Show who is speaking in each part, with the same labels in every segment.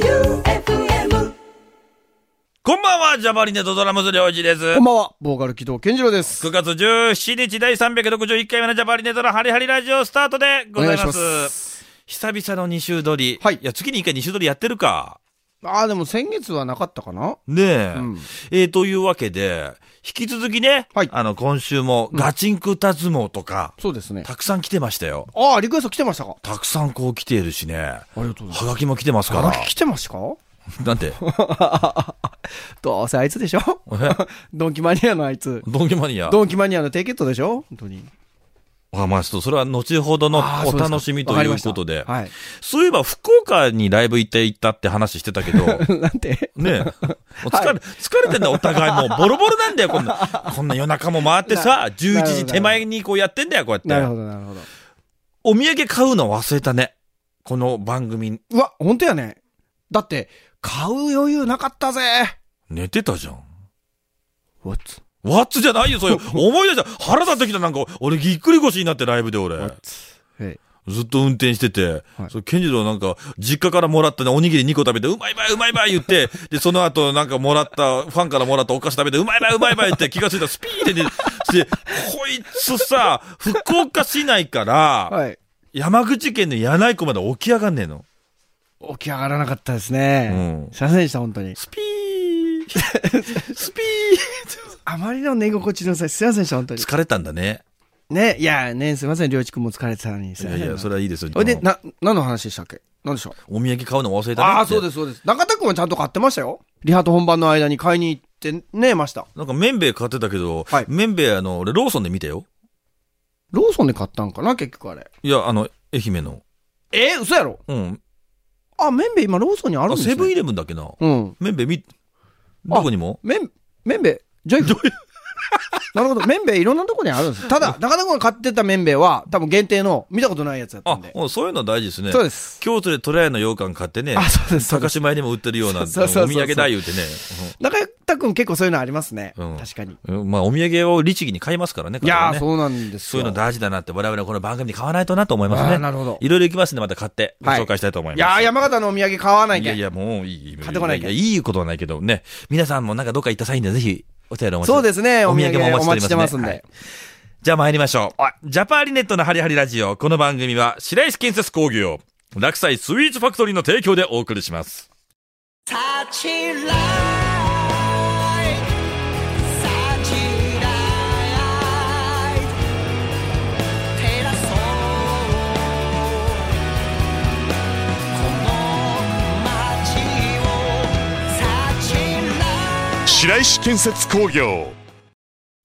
Speaker 1: J-O-E-U-F-M
Speaker 2: こんばんは、ジャバリネットドラムズ良二です。
Speaker 3: こんばんは、ボーカル木戸健次郎です。
Speaker 2: 9月17日第361回目のジャバリネットのハリハリラジオスタートでございます。
Speaker 3: す。
Speaker 2: 久々の2週撮り。
Speaker 3: はい
Speaker 2: いや、月に1回2週撮りやってるか。
Speaker 3: ああ、でも先月はなかったかな
Speaker 2: ねえ。
Speaker 3: うん
Speaker 2: えーというわけで、引き続きね、
Speaker 3: はい
Speaker 2: あの、今週もガチンクタ相撲とか、
Speaker 3: そうですね。
Speaker 2: たくさん来てましたよ。
Speaker 3: ああ、リクエスト来てましたか
Speaker 2: たくさんこう来ているしね。
Speaker 3: ありがとうござい
Speaker 2: はがきも来てますか
Speaker 3: ます。来
Speaker 2: ら。
Speaker 3: てましたか
Speaker 2: なん て、
Speaker 3: どうせあいつでしょ ドンキマニアのあいつ。
Speaker 2: ドンキマニア。
Speaker 3: ドンキマニアの低血糖でしょ本当に。
Speaker 2: あ、まあ、ちょっとそれは後ほどの
Speaker 3: あー
Speaker 2: お
Speaker 3: そうですか
Speaker 2: 楽しみと
Speaker 3: わか
Speaker 2: い
Speaker 3: りま
Speaker 2: う
Speaker 3: した
Speaker 2: ことで。
Speaker 3: はい。
Speaker 2: そういえば、福岡にライブ行って行ったって話してた けど、
Speaker 3: なんて
Speaker 2: ねえ、もう疲れ、疲れてんだ、お互い。もうボロボロなんだよ、こんな。こんな夜中も回ってさ、11時手前にこうやってんだよ、こう
Speaker 3: なる
Speaker 2: やっ
Speaker 3: ほ
Speaker 2: て。
Speaker 3: ど、なるほど。
Speaker 2: お土産買うの忘れたね。この番組、
Speaker 3: うわ、本当やね。だって、買う余裕なかったぜ。
Speaker 2: 寝てたじゃん。
Speaker 3: What?
Speaker 2: ワッツじゃないよ、そういう。思い出した。腹立ってきた、なんか、俺ぎっくり腰になって、ライブで俺。
Speaker 3: え
Speaker 2: ずっと運転してて、
Speaker 3: はい
Speaker 2: そうケンジローなんか、実家からもらったね、おにぎり2個食べて、うまいばい、うまいばい言って、で、その後なんかもらった、ファンからもらったお菓子食べて、うまいばい、うまいばいって気がついたらスピーで、ね、して、こいつさ、福岡市内から、
Speaker 3: はい。
Speaker 2: 山口県の柳井湖まで起き上がんねえの。
Speaker 3: 起き上がらなかったですね。
Speaker 2: うん
Speaker 3: すいませんでした、本当に。
Speaker 2: スピースピ
Speaker 3: あまりの寝心地のさ、すいませんでした、本当に
Speaker 2: ー。疲れたんだね。
Speaker 3: ね、いや、ね、すいません、りょうちくんも疲れてたのに。
Speaker 2: いやいや、それはいいですよ。
Speaker 3: ほいで、な、何の話でしたっけ何でしょう
Speaker 2: お土産買うの忘れたね。
Speaker 3: ああ、そうですす、そうです。中田くんはちゃんと買ってましたよ。リハと本番の間に買いに行ってね、ました。
Speaker 2: なんか、めんべい買ってたけど、
Speaker 3: はい
Speaker 2: めんべい、あの、俺、ローソンで見たよ。
Speaker 3: ローソンで買ったんかな結局あれ。
Speaker 2: いや、あの、愛媛の。
Speaker 3: えー、嘘やろ
Speaker 2: うん、
Speaker 3: あ、めんべい今ローソンにあるんですね
Speaker 2: セブンイレブンだっけな。
Speaker 3: うん。
Speaker 2: めんべいみ、どこにも
Speaker 3: めん、めんべい、ジョイフル。 なるほど。めんべいいろんなとこにあるんです。ただ、中田くんが買ってためんべいは、多分限定の見たことないやつだった
Speaker 2: あ
Speaker 3: んで、。
Speaker 2: もうそういうの大事ですね。
Speaker 3: そうです。
Speaker 2: 京都でトラヤの羊羹買ってね、
Speaker 3: あ、そうです。そうで
Speaker 2: 高
Speaker 3: す
Speaker 2: 島屋にも売ってるような、お土
Speaker 3: そうそうそうそう
Speaker 2: 産だ言うてね。
Speaker 3: 中田くん結構そういうのありますね。
Speaker 2: うん
Speaker 3: 確かに。
Speaker 2: うんうんまあ、お土産を律儀に買いますからね。
Speaker 3: いや
Speaker 2: 彼
Speaker 3: ー、
Speaker 2: らね
Speaker 3: そうなんです
Speaker 2: そう
Speaker 3: よ。
Speaker 2: いうの大事だなって、我々はこの番組で買わないとなと思います
Speaker 3: あー
Speaker 2: ね。
Speaker 3: なるほど。
Speaker 2: いろいろ行きますんで、また買ってご
Speaker 3: はい
Speaker 2: 紹介したいと思います。
Speaker 3: いやー、山形のお土産買わない
Speaker 2: い
Speaker 3: け
Speaker 2: や
Speaker 3: ん
Speaker 2: い。や、もういい。
Speaker 3: 買ってこないけ
Speaker 2: やいいことはないけどね。皆さんもなんかどっか行った際にはぜひ、お手洗いお待ち
Speaker 3: そうですね、お土産お待ちしてますん
Speaker 2: ね
Speaker 3: で。
Speaker 2: じゃあ参りましょう。ジャパーリネットのハリハリラジオ。この番組は白石建設工業、落西スイーツファクトリーの提供でお送りします。
Speaker 1: サチライサチライ照らそうこの街をサチライ
Speaker 4: 白石建設工業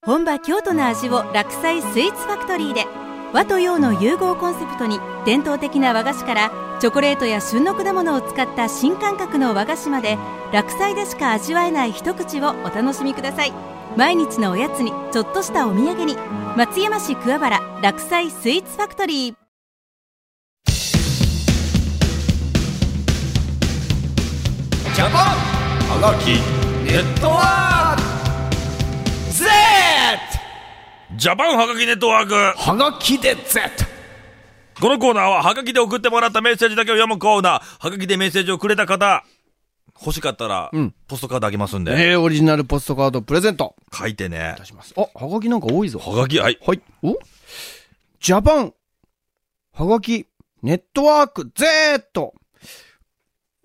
Speaker 5: 本場京都の味を落菜スイーツファクトリーで和と洋の融合コンセプトに伝統的な和菓子からチョコレートや旬の果物を使った新感覚の和菓子まで落菜でしか味わえない一口をお楽しみください毎日のおやつにちょっとしたお土産に松山市桑原落菜スイーツファクトリー
Speaker 2: ジャパンハガキネットワーク Z! ジャパンハガキネットワーク
Speaker 3: はがきで Z!
Speaker 2: このコーナーはハガキで送ってもらったメッセージだけを読むコーナー。ハガキでメッセージをくれた方、欲しかったら、
Speaker 3: ん
Speaker 2: ポストカードあげますんで、
Speaker 3: えー、オリジナルポストカードプレゼント
Speaker 2: 書いてね
Speaker 3: いた。します。あ、はがきなんか多いぞ。
Speaker 2: ハガキ、はい。
Speaker 3: はい。おジャパン、はがき、ネットワーク Z!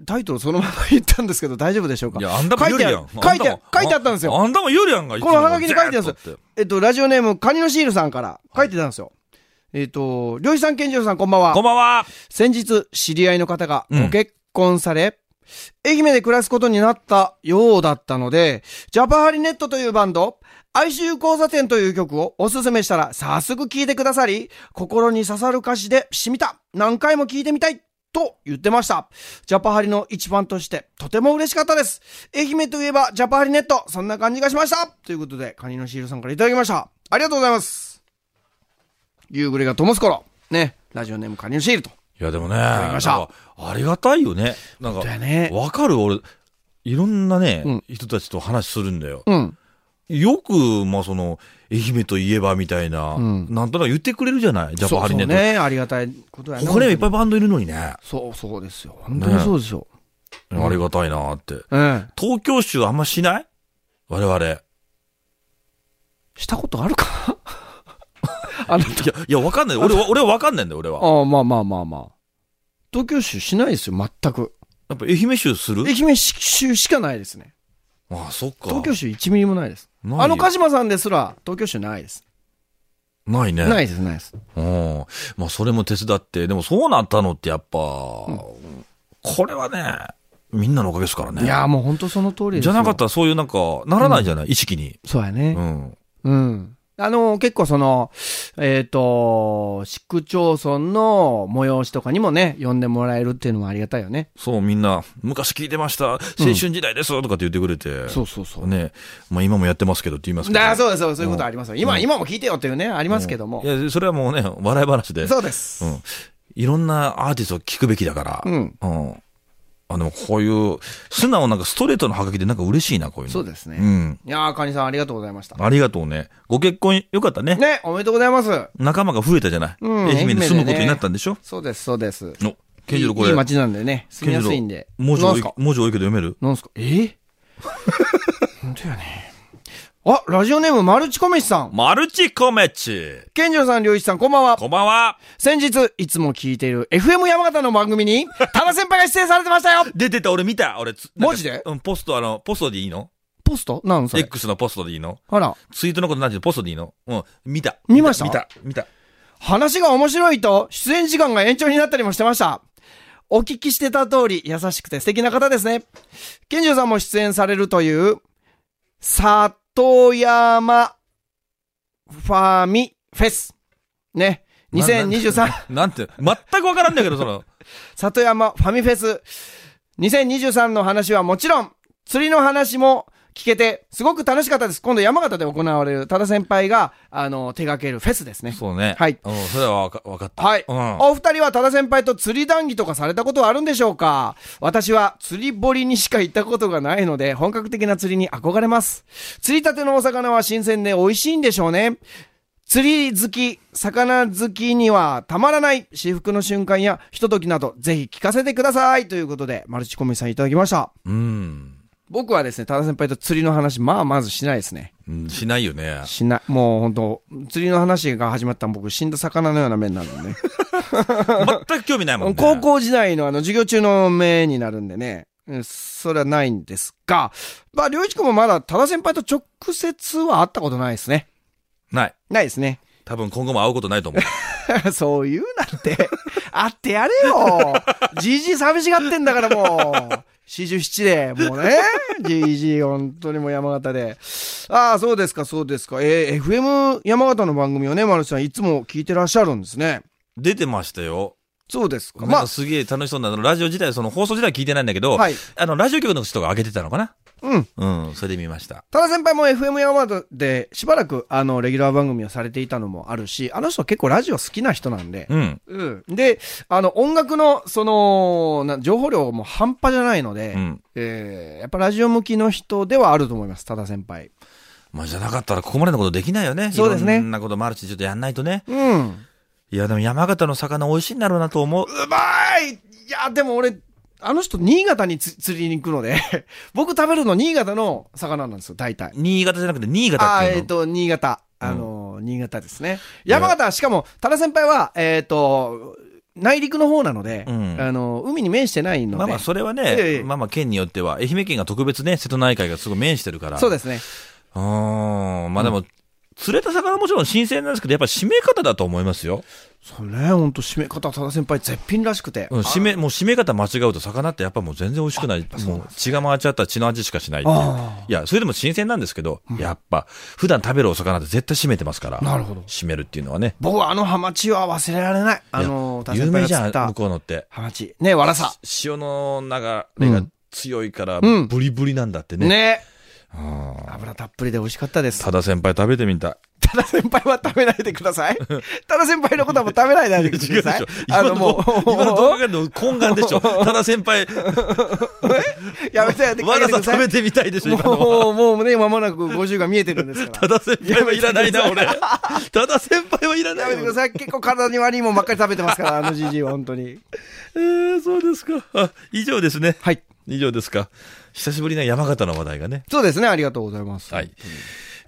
Speaker 3: タイトルそのまま言ったんですけど大丈夫でしょうか
Speaker 2: いや、あんだもん有利やん。
Speaker 3: 書いてある、書いてあ書いてあったんですよ。
Speaker 2: あんだもん有利やんが、
Speaker 3: このハガキに書いてあるんです
Speaker 2: よ。
Speaker 3: えっと、ラジオネーム、カニのシールさんから書いてたんですよ。えっと、漁師さん、健次郎さん、こんばんは。
Speaker 2: こんばんは。
Speaker 3: 先日、知り合いの方が
Speaker 2: うん
Speaker 3: ご結婚され、愛媛で暮らすことになったようだったので、ジャパハリネットというバンド、哀愁交差点という曲をおすすめしたら早速聴いてくださり、心に刺さる歌詞で染みた何回も聴いてみたいと言ってました。ジャパハリの一番としてとても嬉しかったです。愛媛といえばジャパハリネット、そんな感じがしましたということで、カニのシールさんからいただきました。ありがとうございます。夕暮れが灯す頃、ね、ラジオネームカニのシールと。
Speaker 2: いや、でもね、
Speaker 3: きました
Speaker 2: なんかありがたいよね。なんか、
Speaker 3: だよね
Speaker 2: わかる俺、いろんなね、
Speaker 3: うん
Speaker 2: 人たちと話するんだよ。
Speaker 3: うん。
Speaker 2: よく、まあその、愛媛といえばみたいな、
Speaker 3: うん
Speaker 2: なんとなく言ってくれるじゃないジャパハリネット。
Speaker 3: そうそうね。ありがたいことやね。
Speaker 2: 他にもいっぱいバンドいるのにね。
Speaker 3: そうそうですよ。本当にそうですよ。ん
Speaker 2: ありがたいなって。
Speaker 3: うん。
Speaker 2: 東京州あんましない我々。いや、
Speaker 3: したことあるか あなた。
Speaker 2: いや、わかんない。俺は、俺はわかんないんだよ、俺は。
Speaker 3: ああ、まあまあまあまあ。東京州しないですよ、全く。
Speaker 2: やっぱ愛媛州する
Speaker 3: 愛媛州しかないですね。
Speaker 2: ああ、そっか。
Speaker 3: 東京州1ミリもないです。
Speaker 2: ないよ
Speaker 3: あの鹿島さんですら、東京州ないです。
Speaker 2: ないね。
Speaker 3: ないです、ないです。
Speaker 2: うん。まあ、それも手伝って、でもそうなったのってやっぱ、これはね、みんなのおかげですからね。
Speaker 3: いやー、もう本当その通りです
Speaker 2: じ
Speaker 3: よ
Speaker 2: ゃなかったらそういうなんか、ならないじゃない、意識に。
Speaker 3: そうやね
Speaker 2: う。ん。
Speaker 3: うん。あのー、結構その、えっ、と、市区町村の催しとかにもね、呼んでもらえるっていうのもありがたいよね。
Speaker 2: そう、みんな、昔聞いてました、青春時代です、とかって言ってくれて。
Speaker 3: そうそうそう。
Speaker 2: ね。まあ、今もやってますけどって言いますけど。
Speaker 3: だそうです、そうですそういうことありますよ。今、
Speaker 2: うん
Speaker 3: 今も聞いてよっていうね、ありますけども
Speaker 2: い。や、それはもうね、笑い話で。
Speaker 3: そうです。
Speaker 2: うん。いろんなアーティストを聞くべきだから。
Speaker 3: うん。
Speaker 2: うん。あ、でもこういう、素直なんかストレートのハガキでなんか嬉しいな、こういうの。
Speaker 3: そうですね。
Speaker 2: うん。
Speaker 3: いやー、カニさんありがとうございました。
Speaker 2: ありがとうね。ご結婚よかったね。
Speaker 3: ね、おめでとうございます。
Speaker 2: 仲間が増えたじゃない。
Speaker 3: うん
Speaker 2: 愛媛に住むこと
Speaker 3: 愛媛でね
Speaker 2: になったんでしょ、
Speaker 3: そうです、そうです。
Speaker 2: の、ケンジロこれ。
Speaker 3: いい街なんでね、住みやすいんで。
Speaker 2: 文字
Speaker 3: なん
Speaker 2: 多
Speaker 3: す
Speaker 2: い
Speaker 3: か、
Speaker 2: 文字多いけど読める
Speaker 3: なんすかえ 本当やね。あ、ラジオネームマルチコメシさん。
Speaker 2: マルチコメッチ。
Speaker 3: 健二郎さん、良一さん、こんばんは。
Speaker 2: こんばんは。
Speaker 3: 先日、いつも聞いている FM 山形の番組に、多田先輩が出演されてましたよ
Speaker 2: 出てた、俺見た。俺つ、なんか
Speaker 3: マジで
Speaker 2: うん、ポスト、あの、ポストでいいの
Speaker 3: ポストなんそれ
Speaker 2: ?X のポストでいいの
Speaker 3: あら、
Speaker 2: ツイートのことなんていうのポストでいいのうん、見た。
Speaker 3: 見ました
Speaker 2: 見た、見た。
Speaker 3: 話が面白いと、出演時間が延長になったりもしてました。お聞きしてた通り、優しくて素敵な方ですね。健二郎さんも出演されるという、里山ファミフェス。ね。2023。
Speaker 2: なんて、全くわからんだけど、その、
Speaker 3: 里山ファミフェス2023の話はもちろん、釣りの話も聞けて、すごく楽しかったです。今度山形で行われる多田先輩が、あの、手掛けるフェスですね。
Speaker 2: そうね。
Speaker 3: はい
Speaker 2: うん、それはわかわかった。
Speaker 3: はい。
Speaker 2: うん
Speaker 3: お二人は多田先輩と釣り談義とかされたことはあるんでしょうか私は釣り堀にしか行ったことがないので、本格的な釣りに憧れます。釣りたてのお魚は新鮮で美味しいんでしょうね。釣り好き、魚好きにはたまらない至福の瞬間やひとときなど、ぜひ聞かせてくださいということで、マルチコミさんいただきました。
Speaker 2: うん。
Speaker 3: 僕はですね、多田先輩と釣りの話、まあまずしないですね。
Speaker 2: うんしないよね。
Speaker 3: しない。もう本当釣りの話が始まったら僕、死んだ魚のような面なんでね。
Speaker 2: 全く興味ないもんね。
Speaker 3: 高校時代のあの授業中の目になるんでね。うんそれはないんですが、まあ、りょういちくんもまだ、多田先輩と直接は会ったことないですね。
Speaker 2: ない。
Speaker 3: ないですね。
Speaker 2: 多分今後も会うことないと思う。
Speaker 3: そう言うなって。 会ってやれよ。 じじい寂しがってんだからもう。四十七で、もうね。じじい、本当にもう山形で。ああ、そうですか、そうですか。えー FM 山形の番組をね、丸さん、いつも聞いてらっしゃるんですね。
Speaker 2: 出てましたよ。
Speaker 3: そうですか。
Speaker 2: ま
Speaker 3: まあ
Speaker 2: あ、、すげえ楽しそうな、あのラジオ自体、その放送自体は聞いてないんだけど、
Speaker 3: はい
Speaker 2: あの、ラジオ局の人が上げてたのかな
Speaker 3: うん。
Speaker 2: うん、それで見ました。
Speaker 3: ただ先輩も FM 山形でしばらくあのレギュラー番組をされていたのもあるし、あの人は結構ラジオ好きな人なんで、
Speaker 2: うん。
Speaker 3: うん。で、あの音楽のそのな情報量も半端じゃないので、
Speaker 2: うん。
Speaker 3: えーやっぱラジオ向きの人ではあると思います、ただ先輩。
Speaker 2: まあ、じゃなかったらここまでのことできないよね。
Speaker 3: そうですね
Speaker 2: いろんなことマルチでちょっとやんないとね。
Speaker 3: うん。
Speaker 2: いや、でも山形の魚美味しいんだろうなと思う。
Speaker 3: うまいいや、でも俺、あの人新潟につ釣りに行くので、 僕食べるの新潟の魚なんですよ、大体。
Speaker 2: 新潟じゃなくて新潟
Speaker 3: あ
Speaker 2: って
Speaker 3: ー
Speaker 2: いうの。
Speaker 3: えっ、と、新潟。あのー新潟ですね。山形は、しかも、多田先輩は、えっ、と、内陸の方なので、
Speaker 2: うん
Speaker 3: あのー海に面してないので。
Speaker 2: まあまあ、それは
Speaker 3: ええ
Speaker 2: ね、まあまあ、県によっては、愛媛県が特別ね、瀬戸内海がすごい面してるから。
Speaker 3: そう
Speaker 2: で
Speaker 3: ですね。
Speaker 2: す。うーん。まあでも、釣れた魚もちろん新鮮なんですけど、やっぱ締め方だと思いますよ。
Speaker 3: そうね、ほんと、締め方、多田先輩、絶品らしくて。
Speaker 2: うん、締め、もう締め方間違うと魚ってやっぱもう全然美味しくない。もう血が回っちゃったら血の味しかしないっていう。
Speaker 3: あ
Speaker 2: いや、それでも新鮮なんですけど、やっぱ、普段食べるお魚って絶対締めてますから。
Speaker 3: なるほど
Speaker 2: 締めるっていうのはね。
Speaker 3: 僕はあのハマチは忘れられない。あのー、多田
Speaker 2: 有
Speaker 3: 先
Speaker 2: 名
Speaker 3: 輩
Speaker 2: じ
Speaker 3: が
Speaker 2: ゃ
Speaker 3: 釣
Speaker 2: ん、
Speaker 3: った
Speaker 2: 向
Speaker 3: ハ
Speaker 2: こうのって。
Speaker 3: マチ。ね、わらさ。
Speaker 2: 塩の流れが強いから、
Speaker 3: うん
Speaker 2: ブリブリなんだってね。
Speaker 3: ね。油たっぷりで美味しかったです。
Speaker 2: ただ先輩食べてみたい。
Speaker 3: ただ先輩は食べないでく ださい。ただ先輩のことはもう食べないでく
Speaker 2: 違うで
Speaker 3: だ
Speaker 2: し
Speaker 3: さい
Speaker 2: ょ。。今の動画今の動画の懇願でし ょ。ただ先輩、
Speaker 3: やめてやめて
Speaker 2: わざ
Speaker 3: くだ
Speaker 2: と
Speaker 3: さ
Speaker 2: 食
Speaker 3: い
Speaker 2: べてみたいでしょ、今のは。
Speaker 3: もう、もうね、間もなく50が見えてるんですか
Speaker 2: た
Speaker 3: ら。
Speaker 2: だ先輩はいらないな、俺。ただ先輩はいら
Speaker 3: や
Speaker 2: ない
Speaker 3: めてください。結構体に悪いもんばっかり食べてますから、あのじじいは本当に。
Speaker 2: えー、そうですか。あ以上ですね。
Speaker 3: はい。
Speaker 2: 以上ですか。久しぶりな山形の話題がね。
Speaker 3: そうですね、ありがとうございます。
Speaker 2: はい。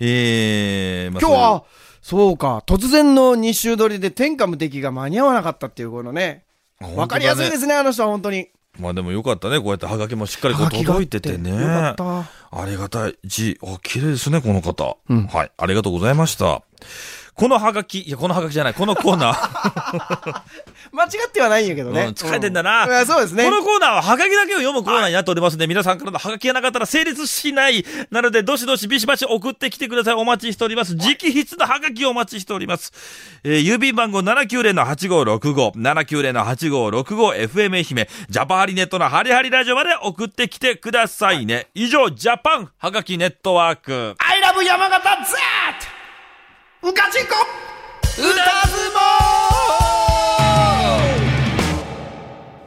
Speaker 2: えー、まあ
Speaker 3: 今日は、そうか、突然の2週撮りで天下無敵が間に合わなかったっていうこのね、
Speaker 2: そういう
Speaker 3: わかりやすいで
Speaker 2: 本当だね
Speaker 3: すね、あの人は本当に。
Speaker 2: まあでもよかったね。こうやってハガキもしっかりこう
Speaker 3: ハガキがあっ
Speaker 2: 届
Speaker 3: て
Speaker 2: いててね。
Speaker 3: よかった
Speaker 2: ありがたい字。あ、綺麗ですね、この方。はい。ありがとうございました。このハガキ、いや、このハガキじゃない、このコーナー。
Speaker 3: 間違ってはないんやけど
Speaker 2: う
Speaker 3: ね。
Speaker 2: ん疲れてんだな
Speaker 3: うあそうですね。
Speaker 2: このコーナーはハガキだけを読むコーナーになっておりますので、皆さんからのハガキがなかったら成立しない。なので、どしどしビシバシ送ってきてください。お待ちしております。直筆のハガキをお待ちしております。えー郵便番号790-8565、790-8565、FM 愛媛、ジャパハリネットのハリハリラジオまで送ってきてくださいね。以上、ジャパンハガキネットワーク。
Speaker 3: I love 山形 Z! うかちんこ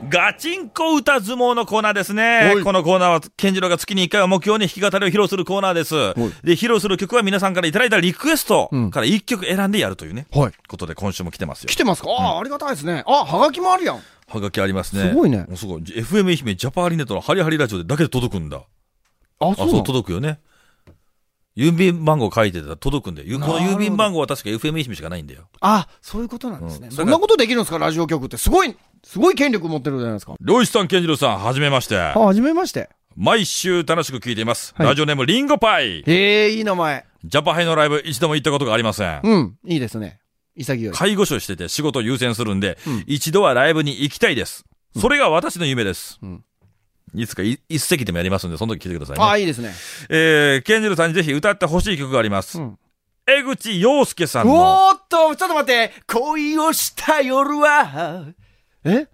Speaker 2: ガチンコ歌相撲のコーナーですね。このコーナーは、健次郎が月に1回を目標に弾き語りを披露するコーナーです。で、披露する曲は皆さんからいただいたリクエストから1曲選んでやるというね、
Speaker 3: はい。
Speaker 2: ことで今週も来てますよ
Speaker 3: 来。てますかあーありがたいですね。あ、はがきもあるやん。
Speaker 2: はがきありますね。
Speaker 3: すごいね
Speaker 2: おすごい。FM 愛媛ジャパーリネットのハリハリラジオでだけで届くんだ。
Speaker 3: あ、
Speaker 2: あ、そう届くよね。郵便番号書いてたら届くんだよ。ゆこの
Speaker 3: なるほど
Speaker 2: 郵便番号は確か FM 愛媛しかないんだよ。
Speaker 3: あ、そういうことなんですね。
Speaker 2: うん
Speaker 3: そんなことできるんですかラジオ局って。すごい、すごい権力持ってるじゃないですか。
Speaker 2: 漁師さん、健次郎さん、はじめまして。
Speaker 3: あ、はじめまして。
Speaker 2: 毎週楽しく聞いています。
Speaker 3: はい
Speaker 2: ラジオネーム、リンゴパイ。
Speaker 3: へえ、いい名前。
Speaker 2: ジャパハイのライブ一度も行ったことがありません。
Speaker 3: うん、いいですね。潔い。
Speaker 2: 介護士をしてて仕事を優先するんで、一度はライブに行きたいです。それが私の夢です。
Speaker 3: ん
Speaker 2: いつかい一席でもやりますんで、その時来てくださいね。
Speaker 3: ああ、いいですね。
Speaker 2: えー、ケンジルさんにぜひ歌ってほしい曲があります。
Speaker 3: うん
Speaker 2: 江口洋介さんの、
Speaker 3: おーっと、ちょっと待って。恋をした夜は。え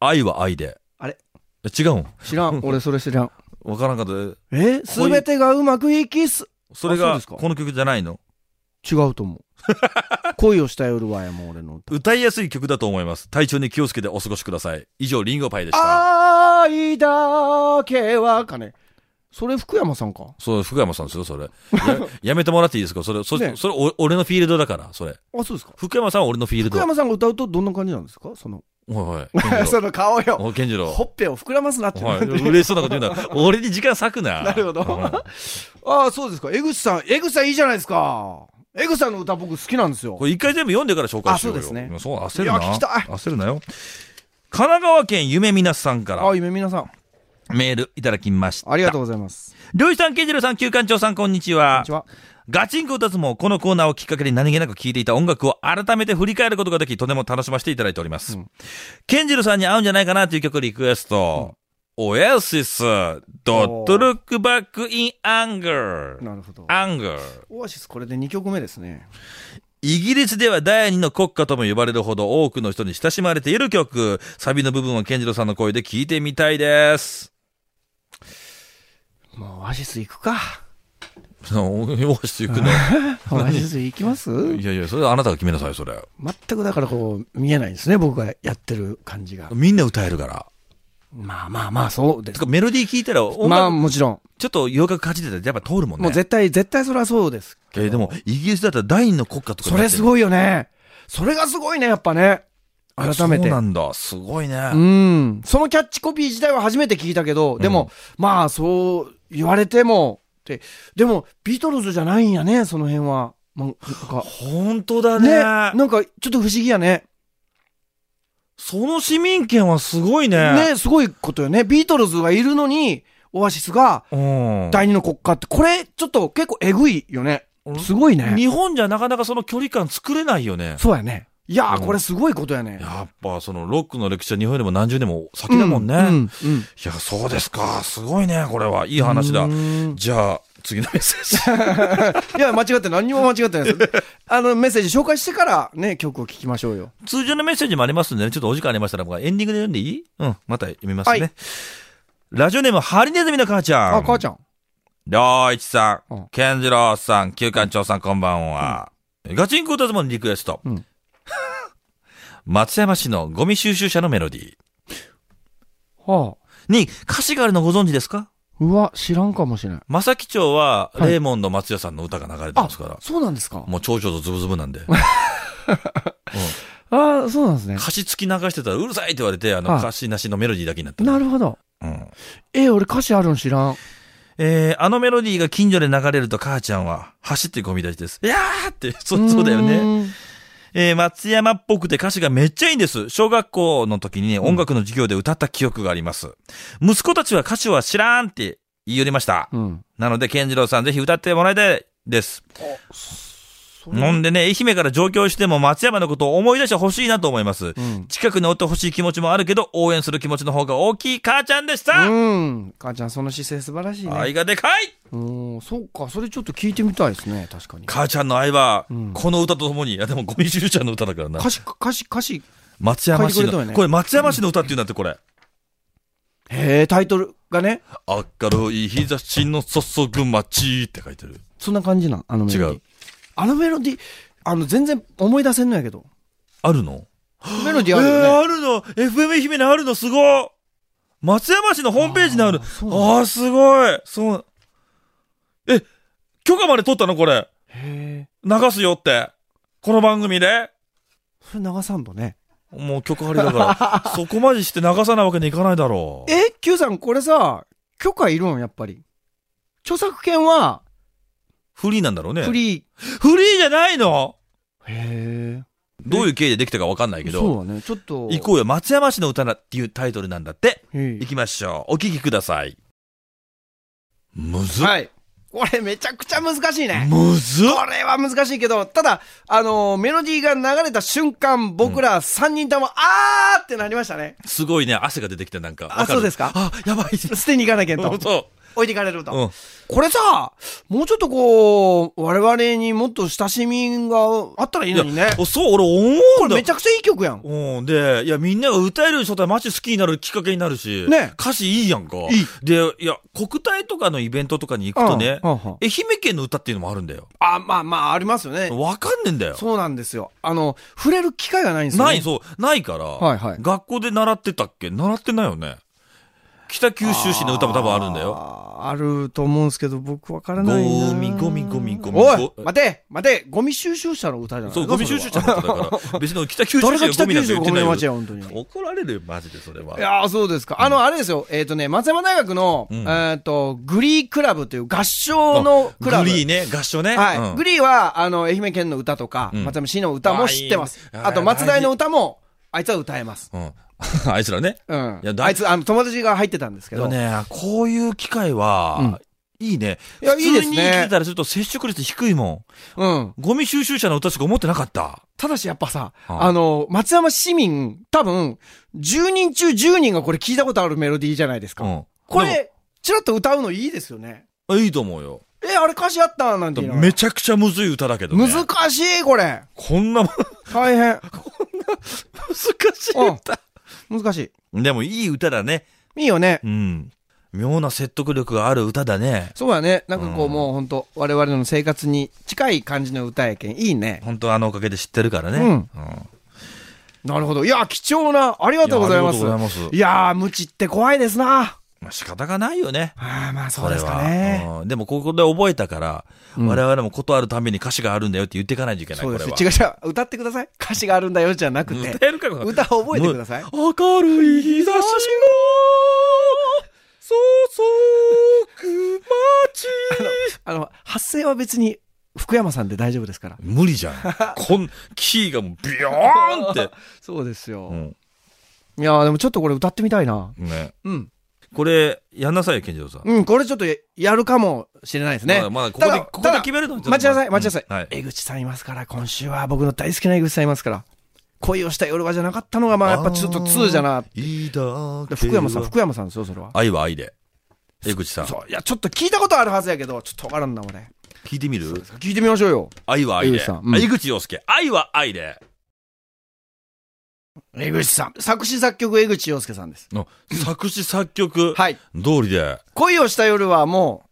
Speaker 2: 愛は愛で。
Speaker 3: あれ
Speaker 2: え違うん。
Speaker 3: 知ら ん。俺、それ知らん。
Speaker 2: わからんかった。
Speaker 3: えすべてがうまくいきす。
Speaker 2: それ
Speaker 3: あそう
Speaker 2: が、
Speaker 3: ですか
Speaker 2: この曲じゃないの
Speaker 3: 違うと思う。 恋をした夜はやもう俺の歌。
Speaker 2: 歌いやすい曲だと思います。体調に気をつけてお過ごしください。以上、リンゴパイでした。
Speaker 3: 愛だけはかね。それ福山さんか。
Speaker 2: そう、福山さんですよ、それ。ややめてもらっていいですかそれ、そ、
Speaker 3: ね
Speaker 2: それ、お俺のフィールドだから、それ。
Speaker 3: あ、そうですか。
Speaker 2: 福山さんは俺のフィールド。
Speaker 3: 福山さんが歌うとどんな感じなんですかその。
Speaker 2: はいはい。 健次郎
Speaker 3: その顔よ。
Speaker 2: お健次郎。
Speaker 3: ほっぺを膨らますなって。
Speaker 2: はい。嬉しそうなこと言うな。俺に時間割くな。
Speaker 3: なるほど
Speaker 2: うん
Speaker 3: ああ、そうですか。江口さん、江口さんいいじゃないですか。江口さんの歌僕好きなんですよ
Speaker 2: こ。れ一回全部読んでから紹介しようよ。
Speaker 3: あそうですね
Speaker 2: そう、焦るな。
Speaker 3: いや聞きたい
Speaker 2: 焦るなよ。神奈川県夢みなさんか
Speaker 3: あ
Speaker 2: ら
Speaker 3: あ、夢皆さん。
Speaker 2: メールいただきました。
Speaker 3: ありがとう
Speaker 2: う。
Speaker 3: ございます。
Speaker 2: 漁師さん、健次郎さん、旧館長さん、こんにち
Speaker 3: こん
Speaker 2: は
Speaker 3: にち。は。
Speaker 2: ガチンコ歌つも、このコーナーをきっかけに何気なく聴いていた音楽を改めて振り返ることができ、とても楽しませていただいております。ケンジルさんに合うんじゃないかなという曲リクエスト。オエシス、ドットルックバックインアンガー。
Speaker 3: なるほど。
Speaker 2: アンガー。
Speaker 3: オアシスこれで2曲目ですね。
Speaker 2: イギリスでは第二の国家とも呼ばれるほど多くの人に親しまれている曲。サビの部分はケンジロさんの声で聞いてみたいです。
Speaker 3: まあ、オアシス行くか。
Speaker 2: オエシス行くの。
Speaker 3: オアシス行きます
Speaker 2: いやいや、それはあなたが決めなさい、それ。
Speaker 3: 全くだからこう、見えないですね。僕がやってる感じが。
Speaker 2: みんな歌えるから。
Speaker 3: まあまあまあ、そうで
Speaker 2: て
Speaker 3: す
Speaker 2: か。メロディー聞いたら音
Speaker 3: まあ
Speaker 2: 楽
Speaker 3: もちろん。
Speaker 2: ちょっと洋楽かじってたらやっぱ通るもんね。
Speaker 3: もう絶対、絶対それはそうです。
Speaker 2: えーでも、イギリスだったら第二の国家とか
Speaker 3: それす
Speaker 2: い。
Speaker 3: ごいよね。それがすごいね、やっぱね。
Speaker 2: あ
Speaker 3: 改め
Speaker 2: そう
Speaker 3: て。
Speaker 2: な
Speaker 3: うん
Speaker 2: だ。すごいね。
Speaker 3: ん。そのキャッチコピー自体は初めて聞いたけど、でも、まあそう言われても、で、でも、ビートルズじゃないんやね、その辺は。もうなん
Speaker 2: 本当だ
Speaker 3: か、ね、
Speaker 2: ね
Speaker 3: なんかちょっと不思議やね。
Speaker 2: その市民権はすごいね。
Speaker 3: ね、すごいことよね。ビートルズがいるのに、オアシスが
Speaker 2: うん。
Speaker 3: 第二の国家って、これちょっと結構えぐいよね。すごいね。
Speaker 2: 日本じゃなかなかその距離感作れないよね。
Speaker 3: そうやね。いや
Speaker 2: う
Speaker 3: ー、
Speaker 2: ん
Speaker 3: これすごいことやね。
Speaker 2: やっぱそのロックの歴史は日本よりも何十年も先だもんね。
Speaker 3: う
Speaker 2: い
Speaker 3: んうん
Speaker 2: や、そうですか。すごいね、これは。いい話だ
Speaker 3: う。ん
Speaker 2: じゃあ、次のメッセージ。
Speaker 3: いや、間違って、何にも間違ってない です。あの、メッセージ紹介してからね、曲を聴きましょうよ。
Speaker 2: 通常のメッセージもありますんでね、ちょっとお時間ありましたら、僕はエンディングで読んでいいうん、また読みますね。
Speaker 3: はい
Speaker 2: ラジオネーム、ハリネズミの母ちゃん。
Speaker 3: あ、母ちゃん。
Speaker 2: 良一さ
Speaker 3: うん
Speaker 2: ん、健次郎さん、旧館長さん、こんばんは。ガチンコ歌相撲のリクエスト。
Speaker 3: うん
Speaker 2: 松山市のゴミ収集車のメロディー。
Speaker 3: はあ。
Speaker 2: に歌詞があるのご存知ですか
Speaker 3: うわ、知らんかもしれない。
Speaker 2: 正木町は、
Speaker 3: い
Speaker 2: レーモンド松代さんの歌が流れてますから。
Speaker 3: そうなんですか
Speaker 2: もう長々とズブズブなんで。
Speaker 3: ああ、そうなんですね。
Speaker 2: 歌詞付き流してたらうるさいって言われて、あの
Speaker 3: はい
Speaker 2: 歌詞なしのメロディーだけになった。
Speaker 3: なるほど。
Speaker 2: うん
Speaker 3: え、俺歌詞あるの知らん。
Speaker 2: えーあのメロディーが近所で流れると母ちゃんは走ってゴミ出しです。いやーって、 そう、そうだよね。
Speaker 3: ね。
Speaker 2: えー松山っぽくて歌詞がめっちゃいいんです。小学校の時にね、音楽の授業で歌った記憶があります。息子たちは歌詞は知らんって言い寄りました。
Speaker 3: うん。
Speaker 2: なので、健次郎さんぜひ歌ってもらいたいです。飲んでね、愛媛から上京しても松山のことを思い出してほしいなと思います。
Speaker 3: うん。
Speaker 2: 近くにおってほしい気持ちもあるけど、応援する気持ちの方が大きい母ちゃんでした、
Speaker 3: うん。母ちゃん、その姿勢素晴らしいね。
Speaker 2: 愛がでかい
Speaker 3: うん、そうか。それちょっと聞いてみたいですね。確かに。
Speaker 2: 母ちゃんの愛は、
Speaker 3: うん
Speaker 2: この歌とともに、いやでもゴミ収集車の歌だからな。
Speaker 3: 歌詞、歌詞、歌詞。
Speaker 2: 松山市
Speaker 3: 書いてくれた
Speaker 2: の、
Speaker 3: わね
Speaker 2: これ松山市の歌っていうんだって、これ。
Speaker 3: へえ、タイトルがね、
Speaker 2: 明るい日差しの注ぐ街って書いてる。
Speaker 3: そんな感じなん。あのメロディー
Speaker 2: 違う。
Speaker 3: あのメロディー、あの、全然思い出せんのやけど。
Speaker 2: あるの
Speaker 3: メロディー
Speaker 2: え
Speaker 3: あるよね。
Speaker 2: ーあるの !FM 愛媛にあるのすごい松山市のホームページにある。
Speaker 3: あーそうなん
Speaker 2: ああー、すごいそう。え、許可まで取ったのこれ。
Speaker 3: へえ。
Speaker 2: 流すよって。この番組で
Speaker 3: それ長さんとね。
Speaker 2: もう曲張りだ から、そこまでして流さないわけにいかないだろう。
Speaker 3: え ?Q さん、これさ、許可いるんやっぱり。著作権は、
Speaker 2: フリーなんだろうね。
Speaker 3: フリー。
Speaker 2: フリーじゃないの
Speaker 3: へ
Speaker 2: どういう経緯でできたかわかんない
Speaker 3: え。
Speaker 2: け
Speaker 3: そ
Speaker 2: ど。
Speaker 3: うだね。ちょっと。
Speaker 2: 行こうよ、松山市の歌なっていうタイトルなんだって。
Speaker 3: へえ
Speaker 2: 行きましょう。お聴きください。むずっ、
Speaker 3: はい。これめちゃくちゃ難しいね。
Speaker 2: むずっ
Speaker 3: これは難しいけど、ただ、あのーメロディーが流れた瞬間、僕ら3人とも、あーってなりましたね。
Speaker 2: すごいね、汗が出てきてなんか。
Speaker 3: あ
Speaker 2: わる
Speaker 3: そうですか
Speaker 2: あ、やば い。
Speaker 3: 捨てに行かなきゃ と。
Speaker 2: そ
Speaker 3: 置いていかれると。
Speaker 2: う。うん。
Speaker 3: これさ、もうちょっとこう、我々にもっと親しみがあったらいいのにね。
Speaker 2: おそう、俺思
Speaker 3: こ
Speaker 2: うん
Speaker 3: れ
Speaker 2: だ
Speaker 3: めち。ゃくちゃいい曲やん。
Speaker 2: うん。で、いや、みんなが歌える人だったらマジ好きになるきっかけになるし。
Speaker 3: ね
Speaker 2: 歌詞いいやんか。
Speaker 3: いい
Speaker 2: で、いや、国体とかのイベントとかに行くとね、
Speaker 3: うん
Speaker 2: 愛
Speaker 3: うんうん
Speaker 2: 媛県の歌っていうのもあるんだよ。
Speaker 3: あ、まあまあ、ありますよね。
Speaker 2: わかんねえんだよ。
Speaker 3: そうなんですよ。あの、触れる機会がないんですよ、ね。
Speaker 2: ない、そう、ないから、
Speaker 3: はいはい
Speaker 2: 学校で習ってたっけ習ってないよね。北九州市の歌も多分あるんだよ。
Speaker 3: あーあると思うんですけど、僕わからないな。
Speaker 2: ゴミゴミゴミゴミ
Speaker 3: おい
Speaker 2: ゴ
Speaker 3: 待て待てゴミ収集車の歌じゃない
Speaker 2: そう、ゴミ収集車の歌だか ら、別に北九州
Speaker 3: 誰
Speaker 2: 市
Speaker 3: が
Speaker 2: は
Speaker 3: 北
Speaker 2: ゴミ
Speaker 3: 九
Speaker 2: なんて
Speaker 3: 州
Speaker 2: 言っ
Speaker 3: ゴ
Speaker 2: て
Speaker 3: ミ
Speaker 2: ない
Speaker 3: の
Speaker 2: よ
Speaker 3: 町や、本当に。い
Speaker 2: 怒られるよ、マジで、それは。
Speaker 3: やー、そうですか。あの、あれですよ。えっ、とね、松山大学の、
Speaker 2: うん
Speaker 3: えっと、グリークラブという合唱のクラブ。
Speaker 2: グリーね、合唱ね。
Speaker 3: はい。
Speaker 2: うん
Speaker 3: グリーは、あの、愛媛県の歌とか、
Speaker 2: うん
Speaker 3: 松山市の歌も知ってます。
Speaker 2: あいい
Speaker 3: あと、
Speaker 2: あ
Speaker 3: 松大の歌も、あいつは歌えます。
Speaker 2: うん。 あいつらね。
Speaker 3: うん。
Speaker 2: いやだ
Speaker 3: あいつ、あの、友達が入ってたんですけ
Speaker 2: で
Speaker 3: ど。
Speaker 2: もね、こういう機会は、いいね。
Speaker 3: い
Speaker 2: 普
Speaker 3: や
Speaker 2: 通
Speaker 3: いいです
Speaker 2: に
Speaker 3: ね
Speaker 2: 生きてたりすると接触率低いも
Speaker 3: うん。
Speaker 2: ん。ゴミ収集車の歌しか思ってなかった。
Speaker 3: ただしやっぱさ、
Speaker 2: あ
Speaker 3: あの、松山市民、多分、10人中10人がこれ聞いたことあるメロディーじゃないですか。
Speaker 2: うん。
Speaker 3: これ、ちらっと歌うのいいですよね。
Speaker 2: でも、いいと思うよ。
Speaker 3: え、あれ歌詞あったなんて言いながら
Speaker 2: めちゃくちゃむずい歌だけどね。
Speaker 3: 難しい、これ。
Speaker 2: こんな もん
Speaker 3: 大変。
Speaker 2: 難しい歌。
Speaker 3: 難し
Speaker 2: でもいい歌だね。
Speaker 3: い。いいよね。
Speaker 2: うん。妙な説得力がある歌だね。
Speaker 3: そうやね。なんかこう、
Speaker 2: うん
Speaker 3: もう本当我々の生活に近い感じの歌やけん。いいね。
Speaker 2: 本当あのおかげで知ってるからね。
Speaker 3: うん
Speaker 2: あ
Speaker 3: なるほど。いや、貴重な、ありが
Speaker 2: り
Speaker 3: とうございます。い
Speaker 2: がとう
Speaker 3: や
Speaker 2: ございます
Speaker 3: ー、無知って怖いですな。
Speaker 2: まあ仕方がないよね。
Speaker 3: ああ、まあそ
Speaker 2: こ
Speaker 3: う
Speaker 2: れ
Speaker 3: ですか
Speaker 2: は。
Speaker 3: ね。
Speaker 2: うんでもここで覚えたから、
Speaker 3: うん
Speaker 2: 我々もことあるたびに歌詞があるんだよって言っていかないといけない。
Speaker 3: そうです。
Speaker 2: こ
Speaker 3: 違
Speaker 2: れは
Speaker 3: う違う。歌ってください。歌詞があるんだよ、じゃなくて。
Speaker 2: 歌えるかこれ
Speaker 3: 歌を覚えてく ださい。
Speaker 2: 明るい日差しが注ぐ街
Speaker 3: あの、発声は別に福山さんで大丈夫ですから。
Speaker 2: 無理 じゃん。こん、キーがもうビヨーンって。
Speaker 3: そうですよ。
Speaker 2: うん。
Speaker 3: いやーでもちょっとこれ歌ってみたいな。
Speaker 2: ね。
Speaker 3: うん。
Speaker 2: これ、やんなさいよ、健次郎さん。
Speaker 3: うん、これちょっとややるかもしれないですね。
Speaker 2: まだまだここで
Speaker 3: ただ
Speaker 2: ここ
Speaker 3: た
Speaker 2: で
Speaker 3: だ
Speaker 2: 決めるのはちょっと
Speaker 3: 待ちなさい、待ちなさい。
Speaker 2: うんはい
Speaker 3: 江口さんいますから、今週は僕の大好きな江口さんいますから。恋をした夜はじゃなかったのが、まあやっぱちょっと2じゃな。
Speaker 2: いいだけは
Speaker 3: 福山さん、福山さんですよ、それは。
Speaker 2: 愛は愛で。江口さん。
Speaker 3: そう、いや、ちょっと聞いたことあるはずやけど、ちょっとわからんな、俺。
Speaker 2: 聞いてみる
Speaker 3: 聞いてみましょうよ。
Speaker 2: 愛は愛
Speaker 3: 江
Speaker 2: で
Speaker 3: 口さんうん。
Speaker 2: 江口洋介。愛は愛で。
Speaker 3: 江口さん。作詞作曲江口洋介さんです。
Speaker 2: の作詞作曲。
Speaker 3: はい。
Speaker 2: 通りで。
Speaker 3: 恋をした夜はも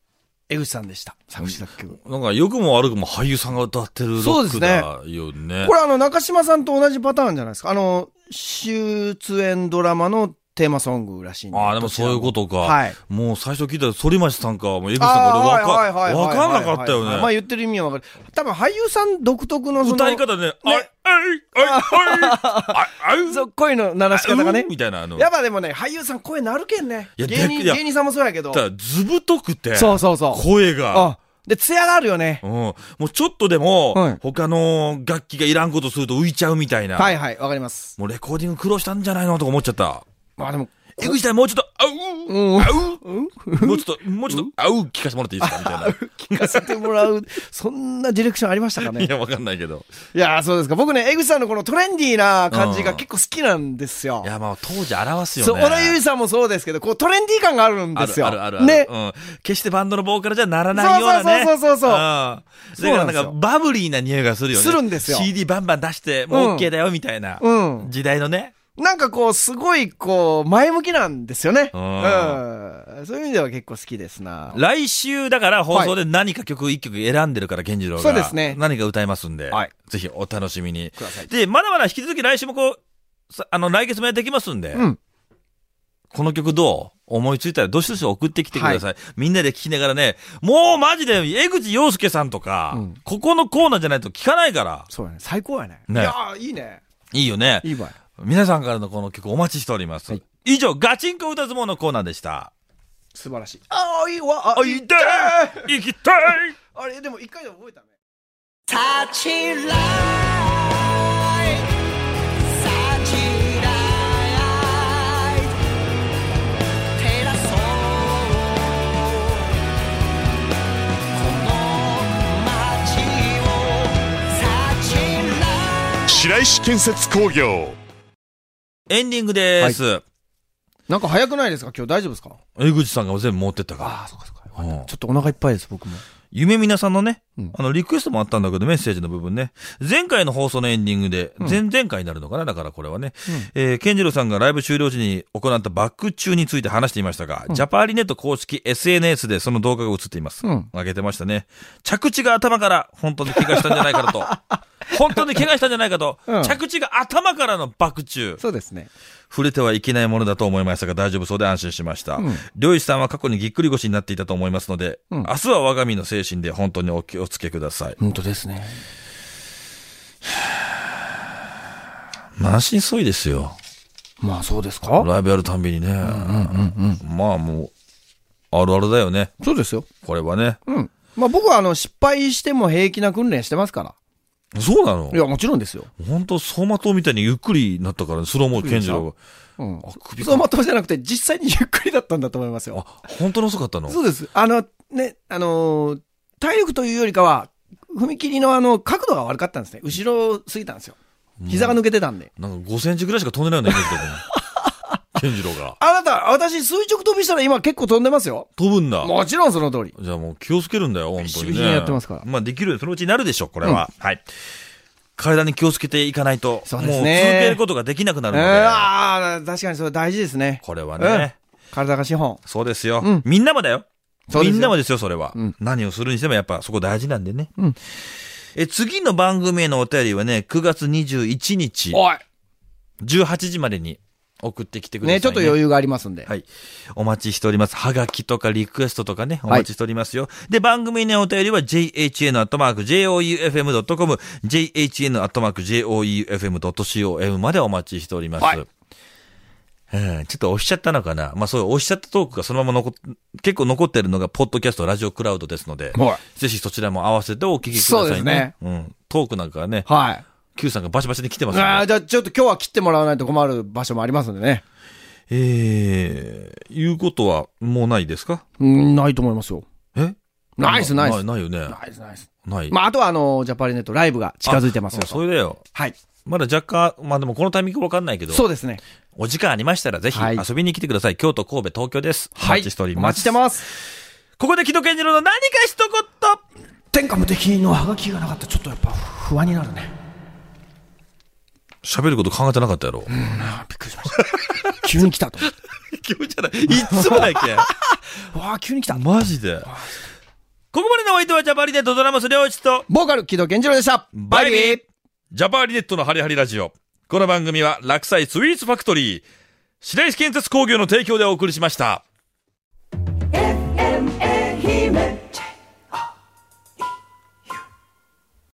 Speaker 3: 江口さんでした。作詞作曲。
Speaker 2: なんか、良くも悪くも俳優さんが歌ってるロックだよね。
Speaker 3: これあの、中島さんと同じパターンじゃないですか。あの、出演ドラマのテーマソングらしいん。
Speaker 2: ああ、でもそういうこととか。
Speaker 3: はい
Speaker 2: もう最初聞いたら、反町さんか、もう江口さんか、
Speaker 3: あ
Speaker 2: 俺
Speaker 3: ーはいはいはい
Speaker 2: わ
Speaker 3: はい
Speaker 2: か、わかんなかったよ
Speaker 3: はいまあ
Speaker 2: ね。
Speaker 3: 言ってる意味はわかる。多分俳優さん独特のその、
Speaker 2: 歌い方ね、あい、
Speaker 3: ね
Speaker 2: あい、あい、あい、あい、
Speaker 3: そう、声の鳴らし方がね
Speaker 2: うん。みたいな、あの、
Speaker 3: やっぱでもね、俳優さん声なるけんね。
Speaker 2: いや
Speaker 3: 芸
Speaker 2: で
Speaker 3: 人、
Speaker 2: いや
Speaker 3: 芸人さんもそうやけど。
Speaker 2: ただずぶとくて、
Speaker 3: そうそうそう。
Speaker 2: 声が。
Speaker 3: あで、艶があるよね。
Speaker 2: うん。もうちょっとでも、
Speaker 3: はい
Speaker 2: 他の楽器がいらんことすると浮いちゃうみたいな。
Speaker 3: はいはい、わかります。
Speaker 2: もうレコーディング苦労したんじゃないのとか思っちゃった。
Speaker 3: まあでも、
Speaker 2: 江口さんもうちょっと、あう
Speaker 3: うん、
Speaker 2: もうちょっと、もうちょっと、あう聞かせてもらっていいですかみたいな。
Speaker 3: 聞かせてもらう、そんなディレクションありましたかね。
Speaker 2: いや、わかんないけど。
Speaker 3: いやー、そうですか。僕ね、江口さんのこのトレンディーな感じ
Speaker 2: う
Speaker 3: が
Speaker 2: ん
Speaker 3: 結構好きなんですよ
Speaker 2: い。や、まあ、当時表すよね。
Speaker 3: そう、小田裕二さんもそうですけど、こうトレンディー感があるん
Speaker 2: あ
Speaker 3: です
Speaker 2: る
Speaker 3: よ。
Speaker 2: あるあるある、
Speaker 3: ね
Speaker 2: う。ん。決してバンドのボーカルじゃならないようなね。
Speaker 3: そうそうそうそうそう
Speaker 2: うんだからなん
Speaker 3: そう
Speaker 2: か
Speaker 3: なんですよ
Speaker 2: バブリーな匂いがするよね。
Speaker 3: するんですよ
Speaker 2: CD バンバン出して、も
Speaker 3: うん
Speaker 2: う OK だよ、みたいな。
Speaker 3: うん
Speaker 2: 時代のね。
Speaker 3: なんかこう、すごいこう、前向きなんですよね。う。
Speaker 2: うん
Speaker 3: そういう意味では結構好きですな。
Speaker 2: 来週、だから放送で何か曲一曲選んでるから、健次郎が。
Speaker 3: そうですね
Speaker 2: 何か歌いますんで。
Speaker 3: はい
Speaker 2: ぜひお楽しみに。
Speaker 3: ください
Speaker 2: で、まだまだ引き続き来週もこう、さあの、来月もやっていきますんで。
Speaker 3: うん
Speaker 2: この曲どう思いついたら、どしどし送ってきてください。みんなで聞きながらね、もうマジで、江口洋介さんとか、
Speaker 3: うん
Speaker 2: ここのコーナーじゃないと聞かないから、
Speaker 3: そうやね。最高やね。
Speaker 2: ね
Speaker 3: いやー、いいね。
Speaker 2: いいよね。
Speaker 3: いいわ。
Speaker 2: 皆さんからのこの曲お待ちしております。
Speaker 3: はい
Speaker 2: 以上、ガチンコ歌相撲のコーナーでした。
Speaker 3: 素晴らしい。ああ、いいわ。あ、いい
Speaker 2: 痛い行きたい
Speaker 3: あれ、でも一回で覚えたね。
Speaker 1: 立ちらい立ちらい照らそうこの街を立ちらい
Speaker 4: 白石建設工業
Speaker 2: エンディングです。
Speaker 3: なんか早くないですか今日大丈夫ですか
Speaker 2: 江口さんが全部持ってったか
Speaker 3: あ、そっかそっか。
Speaker 2: ら。うん
Speaker 3: ちょっとお腹いっぱいです、僕も。
Speaker 2: 夢みなさんのね、
Speaker 3: うん
Speaker 2: あの、リクエストもあったんだけど、メッセージの部分ね。前回の放送のエンディングで、前々回になるのかなだからこれはね。えー、ケンジロさんがライブ終了時に行ったバック中について話していましたが、ジャパーリネット公式 SNS でその動画が映っています。
Speaker 3: うん
Speaker 2: 上げてましたね。着地が頭から、本当に怪我したんじゃないか と。本当に怪我したんじゃないかと。
Speaker 3: うん
Speaker 2: 着地が頭からのバック中。
Speaker 3: そうですね。
Speaker 2: 触れてはいけないものだと思いましたが、大丈夫そうで安心しました。
Speaker 3: ん
Speaker 2: 漁師さんは過去にぎっくり腰になっていたと思いますので、
Speaker 3: うん
Speaker 2: 明日は我が身の精神で本当にお気をつけください。
Speaker 3: 本当ですね。
Speaker 2: 満身創痍ですよ。
Speaker 3: まあ、そうですか
Speaker 2: ライブやるたんびにね。まあもう、あるあるだよね。
Speaker 3: そうですよ。
Speaker 2: これはね。
Speaker 3: うん。まあ僕はあの、失敗しても平気な訓練してますから。
Speaker 2: そうなの
Speaker 3: いや、もちろんですよ。
Speaker 2: 本当走馬灯みたいにゆっくりになったからね、それはもう健次郎
Speaker 3: うん。
Speaker 2: が。あ、首
Speaker 3: そう
Speaker 2: か。
Speaker 3: まともじゃなくて、実際にゆっくりだったんだと思いますよ。
Speaker 2: あ、本当に遅かったの
Speaker 3: そうです。あの、ね、あのー体力というよりかは、踏切のあの、角度が悪かったんですね。後ろすぎたんですよ。膝が抜けてたんで。
Speaker 2: なんか5センチぐらいしか飛んでないようなイメージだけどね。健次郎が。
Speaker 3: あなた、私、垂直飛びしたら今結構飛んでますよ。
Speaker 2: 飛ぶんだ。
Speaker 3: もちろんその通り。
Speaker 2: じゃあもう気をつけるんだよ、本当に、
Speaker 3: ビシビシに
Speaker 2: ね。
Speaker 3: やってますから
Speaker 2: まあできるよ、そのうちになるでしょ、これは。はい。体に気をつけていかないと、
Speaker 3: そう
Speaker 2: も
Speaker 3: で
Speaker 2: う
Speaker 3: すね
Speaker 2: 続けることができなくな
Speaker 3: え
Speaker 2: るので、
Speaker 3: ー、ああ、確かにそれ大事ですね。
Speaker 2: これはね、
Speaker 3: 体が資本。
Speaker 2: そうですよ、
Speaker 3: うん
Speaker 2: みんなもだよ。
Speaker 3: そうです
Speaker 2: みん
Speaker 3: よ
Speaker 2: なもですよ、それは、
Speaker 3: うん
Speaker 2: 何をするにしてもやっぱそこ大事なんでね。
Speaker 3: うん
Speaker 2: え次の番組へのお便りはね、9月21日、
Speaker 3: おい
Speaker 2: 18時までに送ってきてください、ね。
Speaker 3: ね、ちょっと余裕がありますんで。
Speaker 2: はい。お待ちしております。はがきとかリクエストとかね、お
Speaker 3: はい
Speaker 2: 待ちしておりますよ。で、番組のお便りは jhn.joufm.com、jhn.joufm.com までお待ちしております。
Speaker 3: はい
Speaker 2: うん、ちょっと押しちゃったのかなまあそういう押しちゃったトークがそのまま残っ、結構残ってるのが、ポッドキャスト、ラジオクラウドですので、
Speaker 3: は
Speaker 2: ぜひそちらも合わせてお聞きくださいね。
Speaker 3: そうですね
Speaker 2: うん。トークなんかはね
Speaker 3: い。、はい。
Speaker 2: Q さんがバシバシに来てます
Speaker 3: あ
Speaker 2: ね
Speaker 3: あ、じゃあちょっと今日は切ってもらわないと困る場所もありますんでね。
Speaker 2: えー、いうことはもうないですか
Speaker 3: うん、ないと思いますよ。
Speaker 2: え
Speaker 3: ナイスナイス
Speaker 2: ないないよね。
Speaker 3: ないです、ないです。
Speaker 2: ない。
Speaker 3: まあ、あとはあの、ジャパリネットライブが近づいてますよ
Speaker 2: あ
Speaker 3: と。
Speaker 2: それだよ。
Speaker 3: はい。
Speaker 2: まだ若干、まあでもこのタイミングわかんないけど、
Speaker 3: そうですね。
Speaker 2: お時間ありましたらぜひ
Speaker 3: はい
Speaker 2: 遊びに来てください。京都、神戸、東京です。お
Speaker 3: はい。
Speaker 2: 待ちしております。
Speaker 3: お待ちしてます。
Speaker 2: ここで木戸健次郎の何か一言
Speaker 3: 天下無敵のハガキがなかったらちょっとやっぱ不安になるね。
Speaker 2: 喋ること考えてなかったやろ。
Speaker 3: あーびっくりしました。 急に来たと。
Speaker 2: 急じゃない。いつもやけん。
Speaker 3: わあ、急に来た。
Speaker 2: マジで。ここまでのお相手はジャパリネットドラマス両一と、
Speaker 3: ボーカル、木戸健次郎でした。
Speaker 2: バイビージャパーリネットのハリハリラジオ。この番組は、落栽スイーツファクトリー、白石建設工業の提供でお送りしました。